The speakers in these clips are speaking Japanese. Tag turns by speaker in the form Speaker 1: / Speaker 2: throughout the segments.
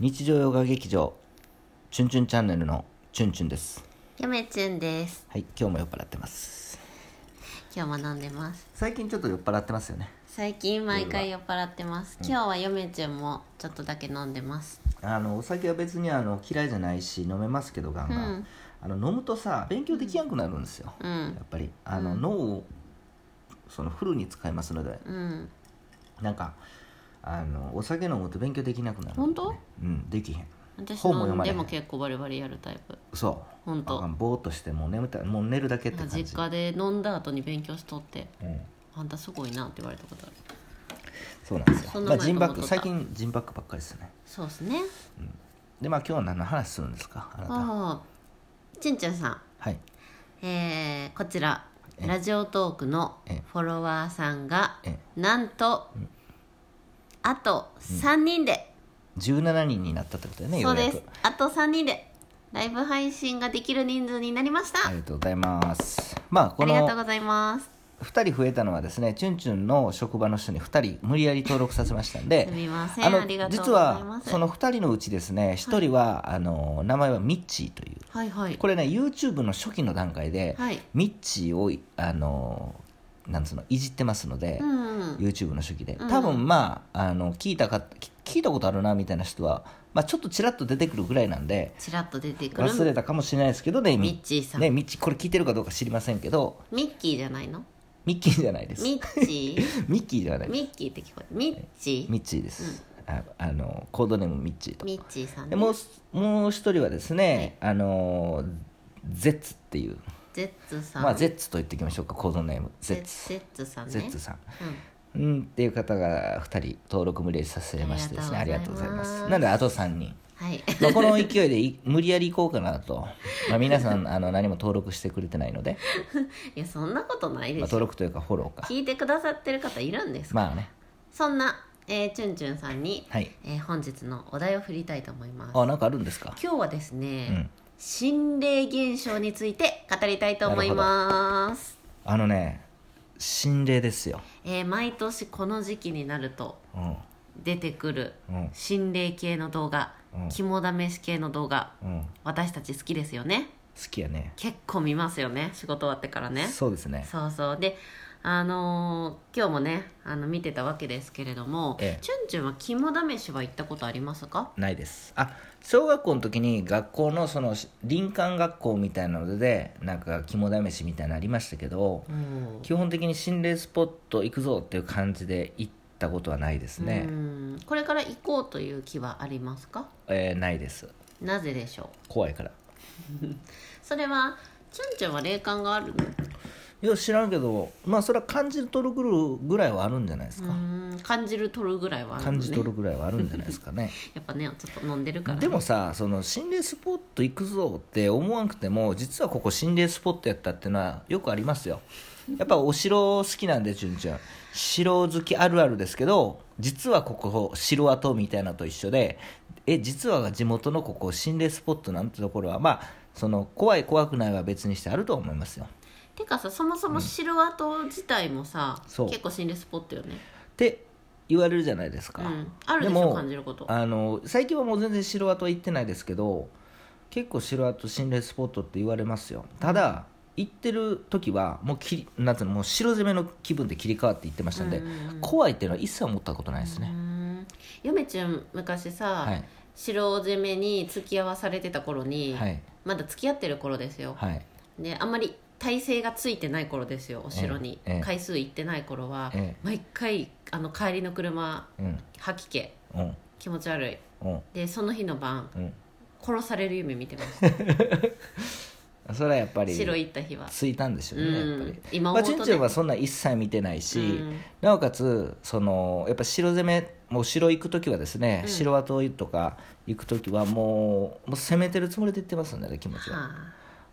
Speaker 1: 日常ヨガ劇場チュンチュンチャンネルのチュンチュンです
Speaker 2: やめちゅんです。
Speaker 1: はい今日も酔っ払ってます
Speaker 2: 今日も飲んでます。
Speaker 1: 最近ちょっと酔っ払ってますよね
Speaker 2: 最近毎回酔っ払ってます。今日はやめちゅんもちょっとだけ飲んでます。
Speaker 1: あのお酒は別にあの嫌いじゃないし飲めますけどガンガン、
Speaker 2: うん
Speaker 1: あの飲むとさ勉強できなくなるんですよ、
Speaker 2: う
Speaker 1: や
Speaker 2: ん
Speaker 1: っぱりあの、脳をそのフルに使いますので
Speaker 2: うん
Speaker 1: なんかあのお酒飲むと勉強できなくなる、
Speaker 2: 本当
Speaker 1: うんできへん
Speaker 2: 私
Speaker 1: 本も
Speaker 2: 飲
Speaker 1: 読
Speaker 2: ん
Speaker 1: まれへ
Speaker 2: で
Speaker 1: ん
Speaker 2: も結構バリバリやるタイプ。
Speaker 1: そう
Speaker 2: 本当
Speaker 1: あぼーっとしてもう眠たいもう寝るだけって
Speaker 2: なん
Speaker 1: 感
Speaker 2: か
Speaker 1: じ
Speaker 2: 実家で飲んだ後に勉強しとって、
Speaker 1: うん
Speaker 2: あんたすごいなって言われたことある。
Speaker 1: そうなんですよ
Speaker 2: そん
Speaker 1: ま
Speaker 2: な
Speaker 1: あ
Speaker 2: 前
Speaker 1: ジンバッ
Speaker 2: と
Speaker 1: ク
Speaker 2: 思っ
Speaker 1: 最
Speaker 2: とった
Speaker 1: 近ジンバックばっかりですね
Speaker 2: そうですね。
Speaker 1: でまあ今日は何の話するんですかあなた
Speaker 2: ああ、ちんちゃんさん。
Speaker 1: はい
Speaker 2: えーこちら
Speaker 1: え
Speaker 2: ラジオトークの
Speaker 1: え
Speaker 2: フォロワーさんが
Speaker 1: え
Speaker 2: なんとあと3人で、
Speaker 1: 17人になったってことだよね
Speaker 2: そうで
Speaker 1: よう
Speaker 2: す
Speaker 1: や
Speaker 2: あと3人でライブ配信ができる人数になりました、
Speaker 1: くありがとうございますまあ
Speaker 2: あ
Speaker 1: こ
Speaker 2: りがとう
Speaker 1: の
Speaker 2: ございます
Speaker 1: 2人増えたのはですねチュンチュンの職場の人に2人無理やり登録させましたんです
Speaker 2: みません
Speaker 1: あ
Speaker 2: あ
Speaker 1: の
Speaker 2: りがとうご
Speaker 1: 実
Speaker 2: ざいま
Speaker 1: は
Speaker 2: す
Speaker 1: その2人のうちですね1人は、あの名前はミッチーという
Speaker 2: はいはい
Speaker 1: これね YouTube の初期の段階で、
Speaker 2: はい
Speaker 1: ミッチーをいあのなんつうのいじってますので、
Speaker 2: うんうん
Speaker 1: YouTube の初期で
Speaker 2: うん
Speaker 1: 多分まああの聞いたかき聞いたことあるなみたいな人は、まあ、ちょっとちらっと出てくるぐらいなんで
Speaker 2: ちらっと出てくる
Speaker 1: 忘れたかもしれないですけどね
Speaker 2: ミッチーさん
Speaker 1: ねミッチーこれ聞いてるかどうか知りませんけど
Speaker 2: ミッキーじゃないの
Speaker 1: ミッキーじゃないです
Speaker 2: ミッチ ー
Speaker 1: ミッキーではないです
Speaker 2: ミッキーって聞こえるミッチー
Speaker 1: ミッチーです、ああのコードネームミッチーと
Speaker 2: ミッチーさん
Speaker 1: で
Speaker 2: ね
Speaker 1: もうすもう一人はですね、あのゼッツっていう
Speaker 2: ゼッツさん、
Speaker 1: まあゼッツと言っておきましょうかコードネームゼ
Speaker 2: ゼ
Speaker 1: ッ
Speaker 2: ッ
Speaker 1: ツ
Speaker 2: ゼッツさんね
Speaker 1: ゼッツさん
Speaker 2: うん
Speaker 1: うん、っていう方が2人登録無理やりさせましてですねあ
Speaker 2: あ
Speaker 1: り
Speaker 2: り
Speaker 1: が
Speaker 2: が
Speaker 1: と
Speaker 2: と
Speaker 1: う
Speaker 2: う
Speaker 1: ご
Speaker 2: ご
Speaker 1: ざ
Speaker 2: ざ
Speaker 1: いま
Speaker 2: います
Speaker 1: すなのであと3人、
Speaker 2: はい
Speaker 1: まあ、この勢いでい 無理やり行こうかなと、まあ、皆さんあの何も登録してくれてないので、
Speaker 2: いやそんなことない
Speaker 1: まあ、
Speaker 2: でしょ、
Speaker 1: 登録というかフォローか
Speaker 2: 聞いてくださってる方いるんですか、
Speaker 1: まあね
Speaker 2: そんな、えー、チュンチュンさんに、
Speaker 1: はい
Speaker 2: えー本日のお題を振りたいと思います
Speaker 1: あなんかあるんですか
Speaker 2: 今日はですね、
Speaker 1: うん
Speaker 2: 心霊現象について語りたいと思います、
Speaker 1: あのね心霊ですよ、
Speaker 2: えー毎年この時期になると
Speaker 1: うん
Speaker 2: 出てくる
Speaker 1: うん
Speaker 2: 心霊系の動画、
Speaker 1: うん
Speaker 2: 肝試し系の動画
Speaker 1: うん、好
Speaker 2: 私たち好きですよね
Speaker 1: きやね
Speaker 2: 結構見ますよね仕事終わってからね
Speaker 1: そうですね
Speaker 2: そうそうであのー今日もねあの見てたわけですけれども、
Speaker 1: ええ
Speaker 2: チュンチュンは肝試しは行ったことありますか
Speaker 1: ないですあ小学校の時に学校のその林間学校みたいなのでなんか肝試しみたいなのありましたけど、
Speaker 2: うん
Speaker 1: 基本的に心霊スポット行くぞっていう感じで行ったことはないですね、
Speaker 2: うんこれから行こうという気はありますか
Speaker 1: えーないです
Speaker 2: なぜでしょ
Speaker 1: 怖いから
Speaker 2: うそれはチュンチュンは霊感があるの
Speaker 1: いや知らんけどまあそれは感じ取るぐらいはあるんじゃないです
Speaker 2: う
Speaker 1: か、
Speaker 2: ん感じる取るぐらいはあるの、ね、
Speaker 1: 感じ取るぐらいはあるんじゃないですかね
Speaker 2: やっぱねちょっと飲んでるから、ね、
Speaker 1: でもさその心霊スポット行くぞって思わなくても実はここ心霊スポットやったっていうのはよくありますよやっぱお城好きなんでちゅんちゅん城好きあるあるですけど実はここ城跡みたいなのと一緒でえ実は地元のここ心霊スポットなんてところはまあその怖い怖くないは別にしてあると思いますよ
Speaker 2: てかさそもそも城跡自体もさ、
Speaker 1: そう
Speaker 2: 結構心霊スポットよね
Speaker 1: って言われるじゃないですか、
Speaker 2: うんあるでしょ
Speaker 1: も
Speaker 2: 感じること
Speaker 1: あの最近はもう全然城跡は行ってないですけど結構城跡心霊スポットって言われますよただ、行ってる時はもうきりなんていうのもう城攻めの気分で切り替わって行ってましたんで、
Speaker 2: うんうんうん
Speaker 1: 怖いっていうのは一切思ったことないです
Speaker 2: う
Speaker 1: ね、
Speaker 2: ん嫁ちゃん昔さ、
Speaker 1: はい
Speaker 2: 城攻めに付き合わされてた頃に、
Speaker 1: はい
Speaker 2: まだ付き合ってる頃ですよ、
Speaker 1: はい
Speaker 2: であんまり体勢がついてない頃ですよお城に、
Speaker 1: ええええ
Speaker 2: 回数行ってない頃は、
Speaker 1: え
Speaker 2: 毎回あの帰りの車
Speaker 1: うん
Speaker 2: 吐き気
Speaker 1: うん
Speaker 2: 気持ち悪い
Speaker 1: うん
Speaker 2: でその日の晩
Speaker 1: うん
Speaker 2: 殺される夢見てました
Speaker 1: それはやっぱり
Speaker 2: 城行った日は、
Speaker 1: ついたんでしょう
Speaker 2: う
Speaker 1: ね、やっぱり
Speaker 2: ん、今
Speaker 1: ま
Speaker 2: 思
Speaker 1: あ、チ
Speaker 2: うと、ね
Speaker 1: ュンチュンはそんなん一切見てないし、
Speaker 2: うん
Speaker 1: なおかつそのやっぱ城攻めもう城行く時はですね、
Speaker 2: うん
Speaker 1: 城跡とか行く時はもうもう攻めてるつもりで行ってますんでね気持ちは、
Speaker 2: は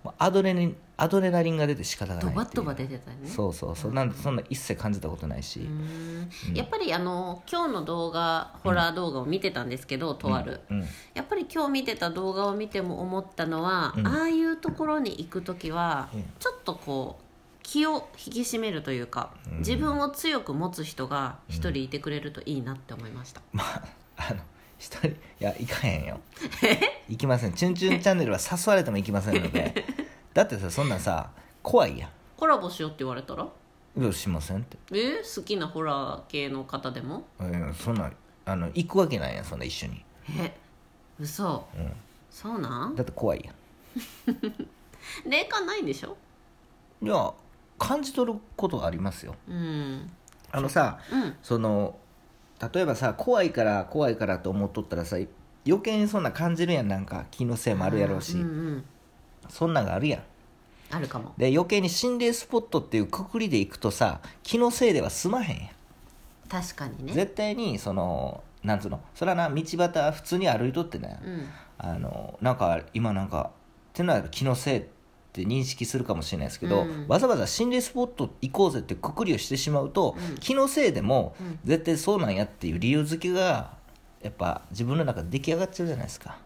Speaker 1: もうアドレリンアドレナリンが出て仕方が
Speaker 2: あ、
Speaker 1: ない
Speaker 2: ドバ
Speaker 1: ってい
Speaker 2: ド
Speaker 1: う
Speaker 2: バ出てたよね
Speaker 1: そうそうそうなんでそんな一切感じたことないし、
Speaker 2: うんやっぱりあの今日の動画ホラー動画を見てたんですけど、とある、
Speaker 1: うん
Speaker 2: やっぱり今日見てた動画を見ても思ったのは、
Speaker 1: うん
Speaker 2: ああいうところに行く時は、
Speaker 1: うん
Speaker 2: ちょっとこう気を引き締めるというか、
Speaker 1: うん
Speaker 2: 自分を強く持つ人が一人いてくれるといいなって思いました、
Speaker 1: まああの一人いや行かへんよ行きません「チュンチュンチャンネル」は誘われても行きませんの でだってさそんなんさ怖いやん
Speaker 2: コラボしようって言われたら
Speaker 1: いやしませんって、
Speaker 2: え好きなホラー系の方でも
Speaker 1: うん、そんなんあの行くわけないやんそんな一緒に
Speaker 2: え嘘、そうなん
Speaker 1: だって怖いや
Speaker 2: 霊感ないんでしょ
Speaker 1: んいや感じ取ることはありますよ
Speaker 2: うん
Speaker 1: あのさ
Speaker 2: うん
Speaker 1: その例えばさ怖いから怖いからと思っとったらさ余計にそんな感じるやんなんか気のせいもあるやろうし、
Speaker 2: うんうん
Speaker 1: そんなんがあるやん
Speaker 2: あるかも
Speaker 1: で余計に心霊スポットっていうくくりで行くとさ気のせいでは済まへんやん
Speaker 2: 確かにね
Speaker 1: 絶対にそのなんつうのそらな道端普通に歩いとってね、
Speaker 2: うん
Speaker 1: あのなんか今なんかってのは気のせいって認識するかもしれないですけど、
Speaker 2: うん
Speaker 1: わざわざ心霊スポット行こうぜってくくりをしてしまうと、
Speaker 2: うん
Speaker 1: 気のせいでも、
Speaker 2: うん
Speaker 1: 絶対そうなんやっていう理由付けがやっぱ自分の中で出来上がっちゃうじゃないですか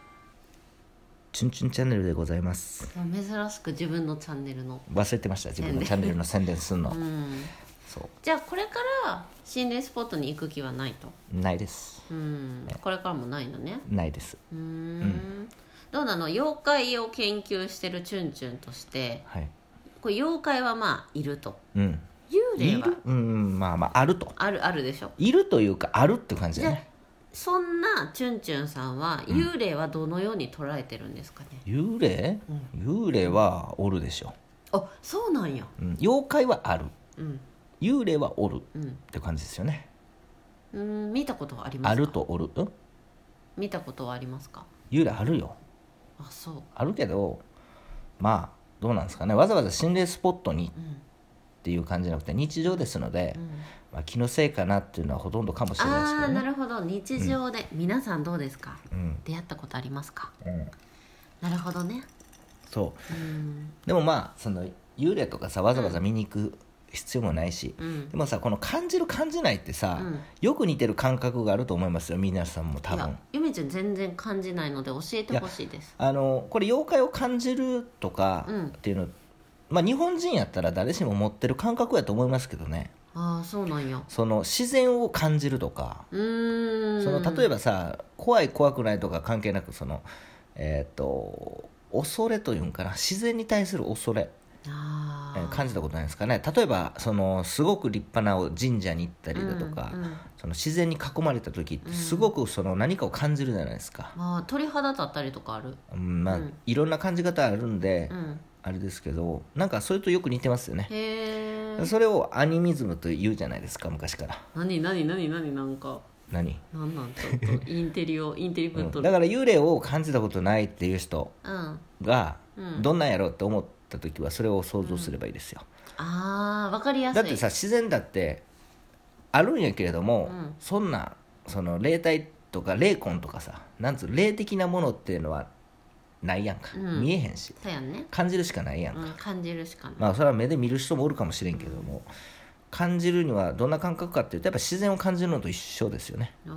Speaker 1: 「チュンチュンチャンネル」でございます
Speaker 2: 珍しく自分のチャンネルの
Speaker 1: 忘れてました自分のチャンネルの宣伝するの、
Speaker 2: うん
Speaker 1: そ
Speaker 2: じゃあこれから心霊スポットに行く気はないと
Speaker 1: うないです
Speaker 2: うんこれからもないのね
Speaker 1: ないです
Speaker 2: うーんどうなの妖怪を研究してるチュンチュンとして
Speaker 1: はい
Speaker 2: これ妖怪はまあいると
Speaker 1: うん
Speaker 2: 幽
Speaker 1: い
Speaker 2: 霊は
Speaker 1: るうんまあまああると
Speaker 2: あるあるでしょ
Speaker 1: いるというかあるって感じ
Speaker 2: じ
Speaker 1: だ
Speaker 2: ゃあ
Speaker 1: ね
Speaker 2: そんなチュンチュンさんは幽霊はどのように捉えてるんですかね、
Speaker 1: 幽霊、幽霊はおるでしょ、
Speaker 2: あそうなんや
Speaker 1: うん、妖怪はある
Speaker 2: うん
Speaker 1: 幽霊はおる
Speaker 2: うん
Speaker 1: って感じですよね
Speaker 2: うーん見たことはありますか
Speaker 1: あるとおる、うん、
Speaker 2: 見たことはありますか
Speaker 1: 幽霊あるよ
Speaker 2: あそう
Speaker 1: あるけどまあどうなんですかねわざわざ心霊スポットにっていう感じじゃなくて日常ですので、まあ、気のせいかなっていうのはほとんどかもしれないですけ
Speaker 2: ああ
Speaker 1: ど
Speaker 2: ーな
Speaker 1: ね
Speaker 2: るほど日常で、皆さんどうですか
Speaker 1: うん
Speaker 2: 出会ったことありますか
Speaker 1: うん
Speaker 2: なるほどね
Speaker 1: そう
Speaker 2: うん
Speaker 1: でもまあその幽霊とかさわざわざ見に行く必要もないし、
Speaker 2: うん
Speaker 1: でもさこの感じる感じないってさ、
Speaker 2: うん
Speaker 1: よく似てる感覚があると思いますよ皆さんも多
Speaker 2: い
Speaker 1: 分
Speaker 2: やゆめちゃん全然感じないので教えてほしいです
Speaker 1: あのこれ妖怪を感じるとか
Speaker 2: うん
Speaker 1: っていうの、まあ日本人やったら誰しも持ってる感覚やと思いますけどね
Speaker 2: ああそうなんや
Speaker 1: その自然を感じるとか、
Speaker 2: うーん
Speaker 1: その例えばさ怖い怖くないとか関係なくそのえっ、と恐れというんかな自然に対する恐れ
Speaker 2: あ
Speaker 1: えー
Speaker 2: ー
Speaker 1: 感じたことないですかね例えばそのすごく立派な神社に行ったりだとか、
Speaker 2: うんうん
Speaker 1: その自然に囲まれた時ってすごくその何かを感じるじゃないですか、
Speaker 2: まあ鳥肌立ったりとかある
Speaker 1: うんまあ
Speaker 2: うん
Speaker 1: いろんな感じ方あるんで、
Speaker 2: うん
Speaker 1: あれですけどなんかそれとよく似てますよね
Speaker 2: へえ
Speaker 1: それをアニミズムと言うじゃないですか昔から
Speaker 2: 何何何何なんか
Speaker 1: 何、
Speaker 2: なんなんちょっとインテ リをインテリ
Speaker 1: う
Speaker 2: ぶっ
Speaker 1: ん
Speaker 2: と
Speaker 1: だ
Speaker 2: る
Speaker 1: から幽霊を感じたことないっていう人
Speaker 2: うん、あ
Speaker 1: が
Speaker 2: うん
Speaker 1: どんなんやろうって思った時はそれを想像すればいいですよ、
Speaker 2: あーわかりやす
Speaker 1: だ
Speaker 2: い
Speaker 1: ってさ自然だってあるんやけれども、
Speaker 2: うん
Speaker 1: そんなその霊体とか霊魂とかさなんつう霊的なものっていうのはないやんか、
Speaker 2: うん
Speaker 1: 見えへんし
Speaker 2: そうやんね、
Speaker 1: 感じるしかないやんか、
Speaker 2: うん、感じるしかない、
Speaker 1: まあそれは目で見る人もおるかもしれんけれども、感じるにはどんな感覚かっていうとやっぱ自然を感じるのと一緒ですよね、
Speaker 2: あ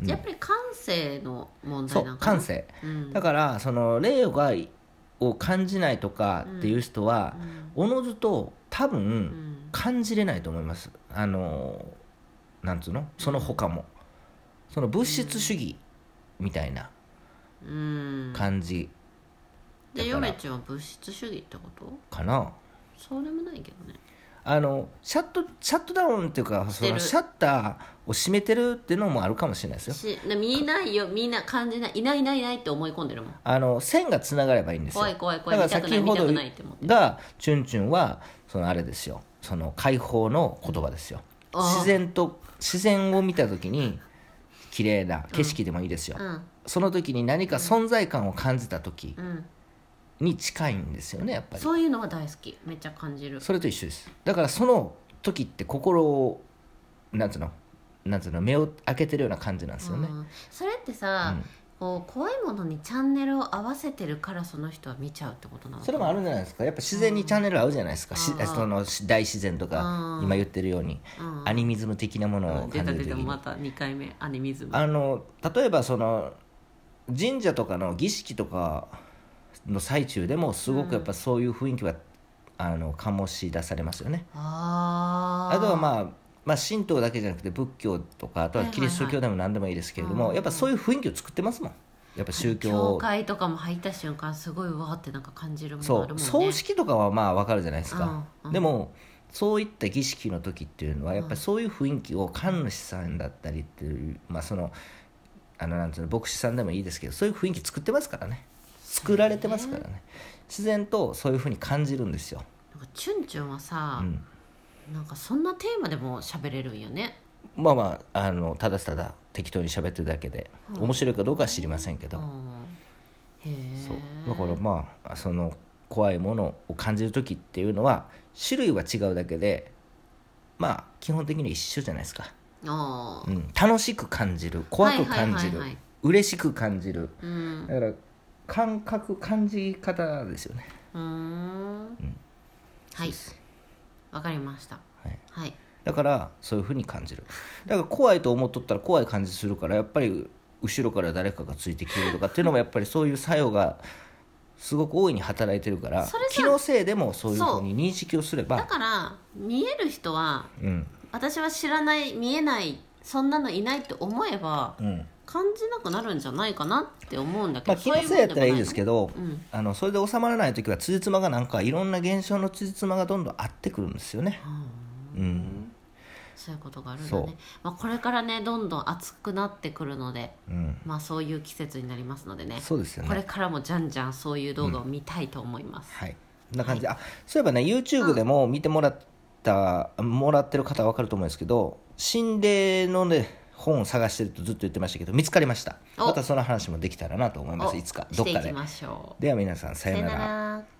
Speaker 1: うん
Speaker 2: ーじゃあやっぱり感性の問
Speaker 1: そ
Speaker 2: 題な
Speaker 1: うん
Speaker 2: かな
Speaker 1: 感、性
Speaker 2: うん、
Speaker 1: だからその霊がを感じないとかっていう人は、おのずと多分、
Speaker 2: うん
Speaker 1: 感じれないと思いますあのなんつうのその他もその物質主義みたいな
Speaker 2: うん
Speaker 1: 感じだ
Speaker 2: で
Speaker 1: から
Speaker 2: 嫁ちゃんは物質主義ってこと
Speaker 1: かな、
Speaker 2: そうでもないけどね
Speaker 1: あのシャットシャットダウンっていうかそ
Speaker 2: して
Speaker 1: の
Speaker 2: る
Speaker 1: シャッターを閉めてるっていうのもあるかもしれないですよ
Speaker 2: しで見ないよみんな感じないいないいないいないって思い込んでるもん
Speaker 1: あの線がつながればいいんですよ
Speaker 2: 怖い怖い怖い
Speaker 1: だ
Speaker 2: 見
Speaker 1: か
Speaker 2: た
Speaker 1: ら
Speaker 2: くない
Speaker 1: 先
Speaker 2: 見
Speaker 1: ほ
Speaker 2: た
Speaker 1: ど
Speaker 2: くないって思って
Speaker 1: がチュンチュンはそのあれですよその解放の言葉ですよ、
Speaker 2: うんあー
Speaker 1: 自然と自然を見た時に綺麗な景色でもいいですよ、
Speaker 2: うん
Speaker 1: その時に何か存在感を感じた時
Speaker 2: うん
Speaker 1: に近いんですよねやっぱり
Speaker 2: そういうのは大好きめっちゃ感じる
Speaker 1: それと一緒ですだからその時って心をなんつうのなんつうの目を開けてるような感じなんですよね
Speaker 2: うんそれってさ、
Speaker 1: うん
Speaker 2: こう怖いものにチャンネルを合わせてるからその人は見ちゃうってことなのかな
Speaker 1: それもあるんじゃないですかやっぱ自然にチャンネル合うじゃないですか、し
Speaker 2: うん
Speaker 1: その大自然とか
Speaker 2: うん
Speaker 1: 今言ってるように
Speaker 2: うん
Speaker 1: アニミズム的なものを
Speaker 2: 出
Speaker 1: 感
Speaker 2: た
Speaker 1: じる時
Speaker 2: 出た
Speaker 1: に
Speaker 2: また2回目アニミズム
Speaker 1: あの例えばその神社とかの儀式とかの最中でもすごくやっぱそういう雰囲気は、あの醸し出されますよね
Speaker 2: あー
Speaker 1: あとはまあまあ、神道だけじゃなくて仏教とかあとはキリスト教でも何でもいいですけれども、
Speaker 2: はいはいはい
Speaker 1: やっぱそういう雰囲気を作ってますもんやっぱ宗
Speaker 2: 教
Speaker 1: 教
Speaker 2: 会とかも入った瞬間すごいうわーってなんか感じるもの
Speaker 1: そ
Speaker 2: あ
Speaker 1: う
Speaker 2: るも
Speaker 1: ん
Speaker 2: ね
Speaker 1: 葬式とかはまあ分かるじゃないですか、
Speaker 2: うんうん
Speaker 1: でもそういった儀式の時っていうのはやっぱりそういう雰囲気を神主さんだったりっていう、まあ、そのあのなんていうの牧師さんでもいいですけどそういう雰囲気作ってますからね作られてますからね自然とそういうふうに感じるんですよ、
Speaker 2: なんかチュンチュンは
Speaker 1: う
Speaker 2: さ、
Speaker 1: ん、
Speaker 2: なんかそんなテーマでも喋れるんよね
Speaker 1: まあまああのただただ適当に喋ってるだけで
Speaker 2: うん
Speaker 1: 面白いかどうかは知りませんけど、
Speaker 2: うんへえ
Speaker 1: そうだからまあその怖いものを感じる時っていうのは種類は違うだけでまあ基本的に一緒じゃないですか、
Speaker 2: あ
Speaker 1: うん、楽しく感じる怖く感じ
Speaker 2: はいはいはい
Speaker 1: る
Speaker 2: はい
Speaker 1: 嬉しく感じる
Speaker 2: ーうん
Speaker 1: だから感覚感じ方ですよね
Speaker 2: うーんは
Speaker 1: そう
Speaker 2: い
Speaker 1: です
Speaker 2: わかりました
Speaker 1: はい
Speaker 2: はい
Speaker 1: だからそういうふうに感じるだから怖いと思っとったら怖い感じするからやっぱり後ろから誰かがついてきてるとかって いうのもやっぱりそういう作用がすごく大いに働いてるから
Speaker 2: それさ
Speaker 1: 気のせいでもそういうふうに認識をすれ
Speaker 2: だ
Speaker 1: ば
Speaker 2: から見える人は
Speaker 1: うん
Speaker 2: 私は知らない見えないそんなのいないって思えば
Speaker 1: うん
Speaker 2: 感じなくなるんじゃないかなって思うんだけ
Speaker 1: ま
Speaker 2: ど、
Speaker 1: あ、気のせいやったらいいですけ
Speaker 2: ど
Speaker 1: ど
Speaker 2: うん
Speaker 1: あのそれで収まらない時はつじつまがなんかいろんな現象のつじつまがどんどん合ってくるんですよね。うん
Speaker 2: そういうことがあるんだ
Speaker 1: そう
Speaker 2: ね、まあ、これからねどんどん暑くなってくるので、
Speaker 1: うん、
Speaker 2: まあ、そういう季節になりますのでね
Speaker 1: そうですよ
Speaker 2: これ
Speaker 1: ね。
Speaker 2: からもじゃんじゃんそういう動画を見たいと思います、
Speaker 1: はい、こんな感じであそういえばね YouTube でも見てもらった、もらってる方は分かると思うんですけど心霊のね本を探してるとずっと言ってましたけど見つかりました
Speaker 2: お
Speaker 1: またその話もできたらなと思います
Speaker 2: お
Speaker 1: いつかどっか
Speaker 2: してい
Speaker 1: で
Speaker 2: きましょう
Speaker 1: では皆さんさようなら。
Speaker 2: ら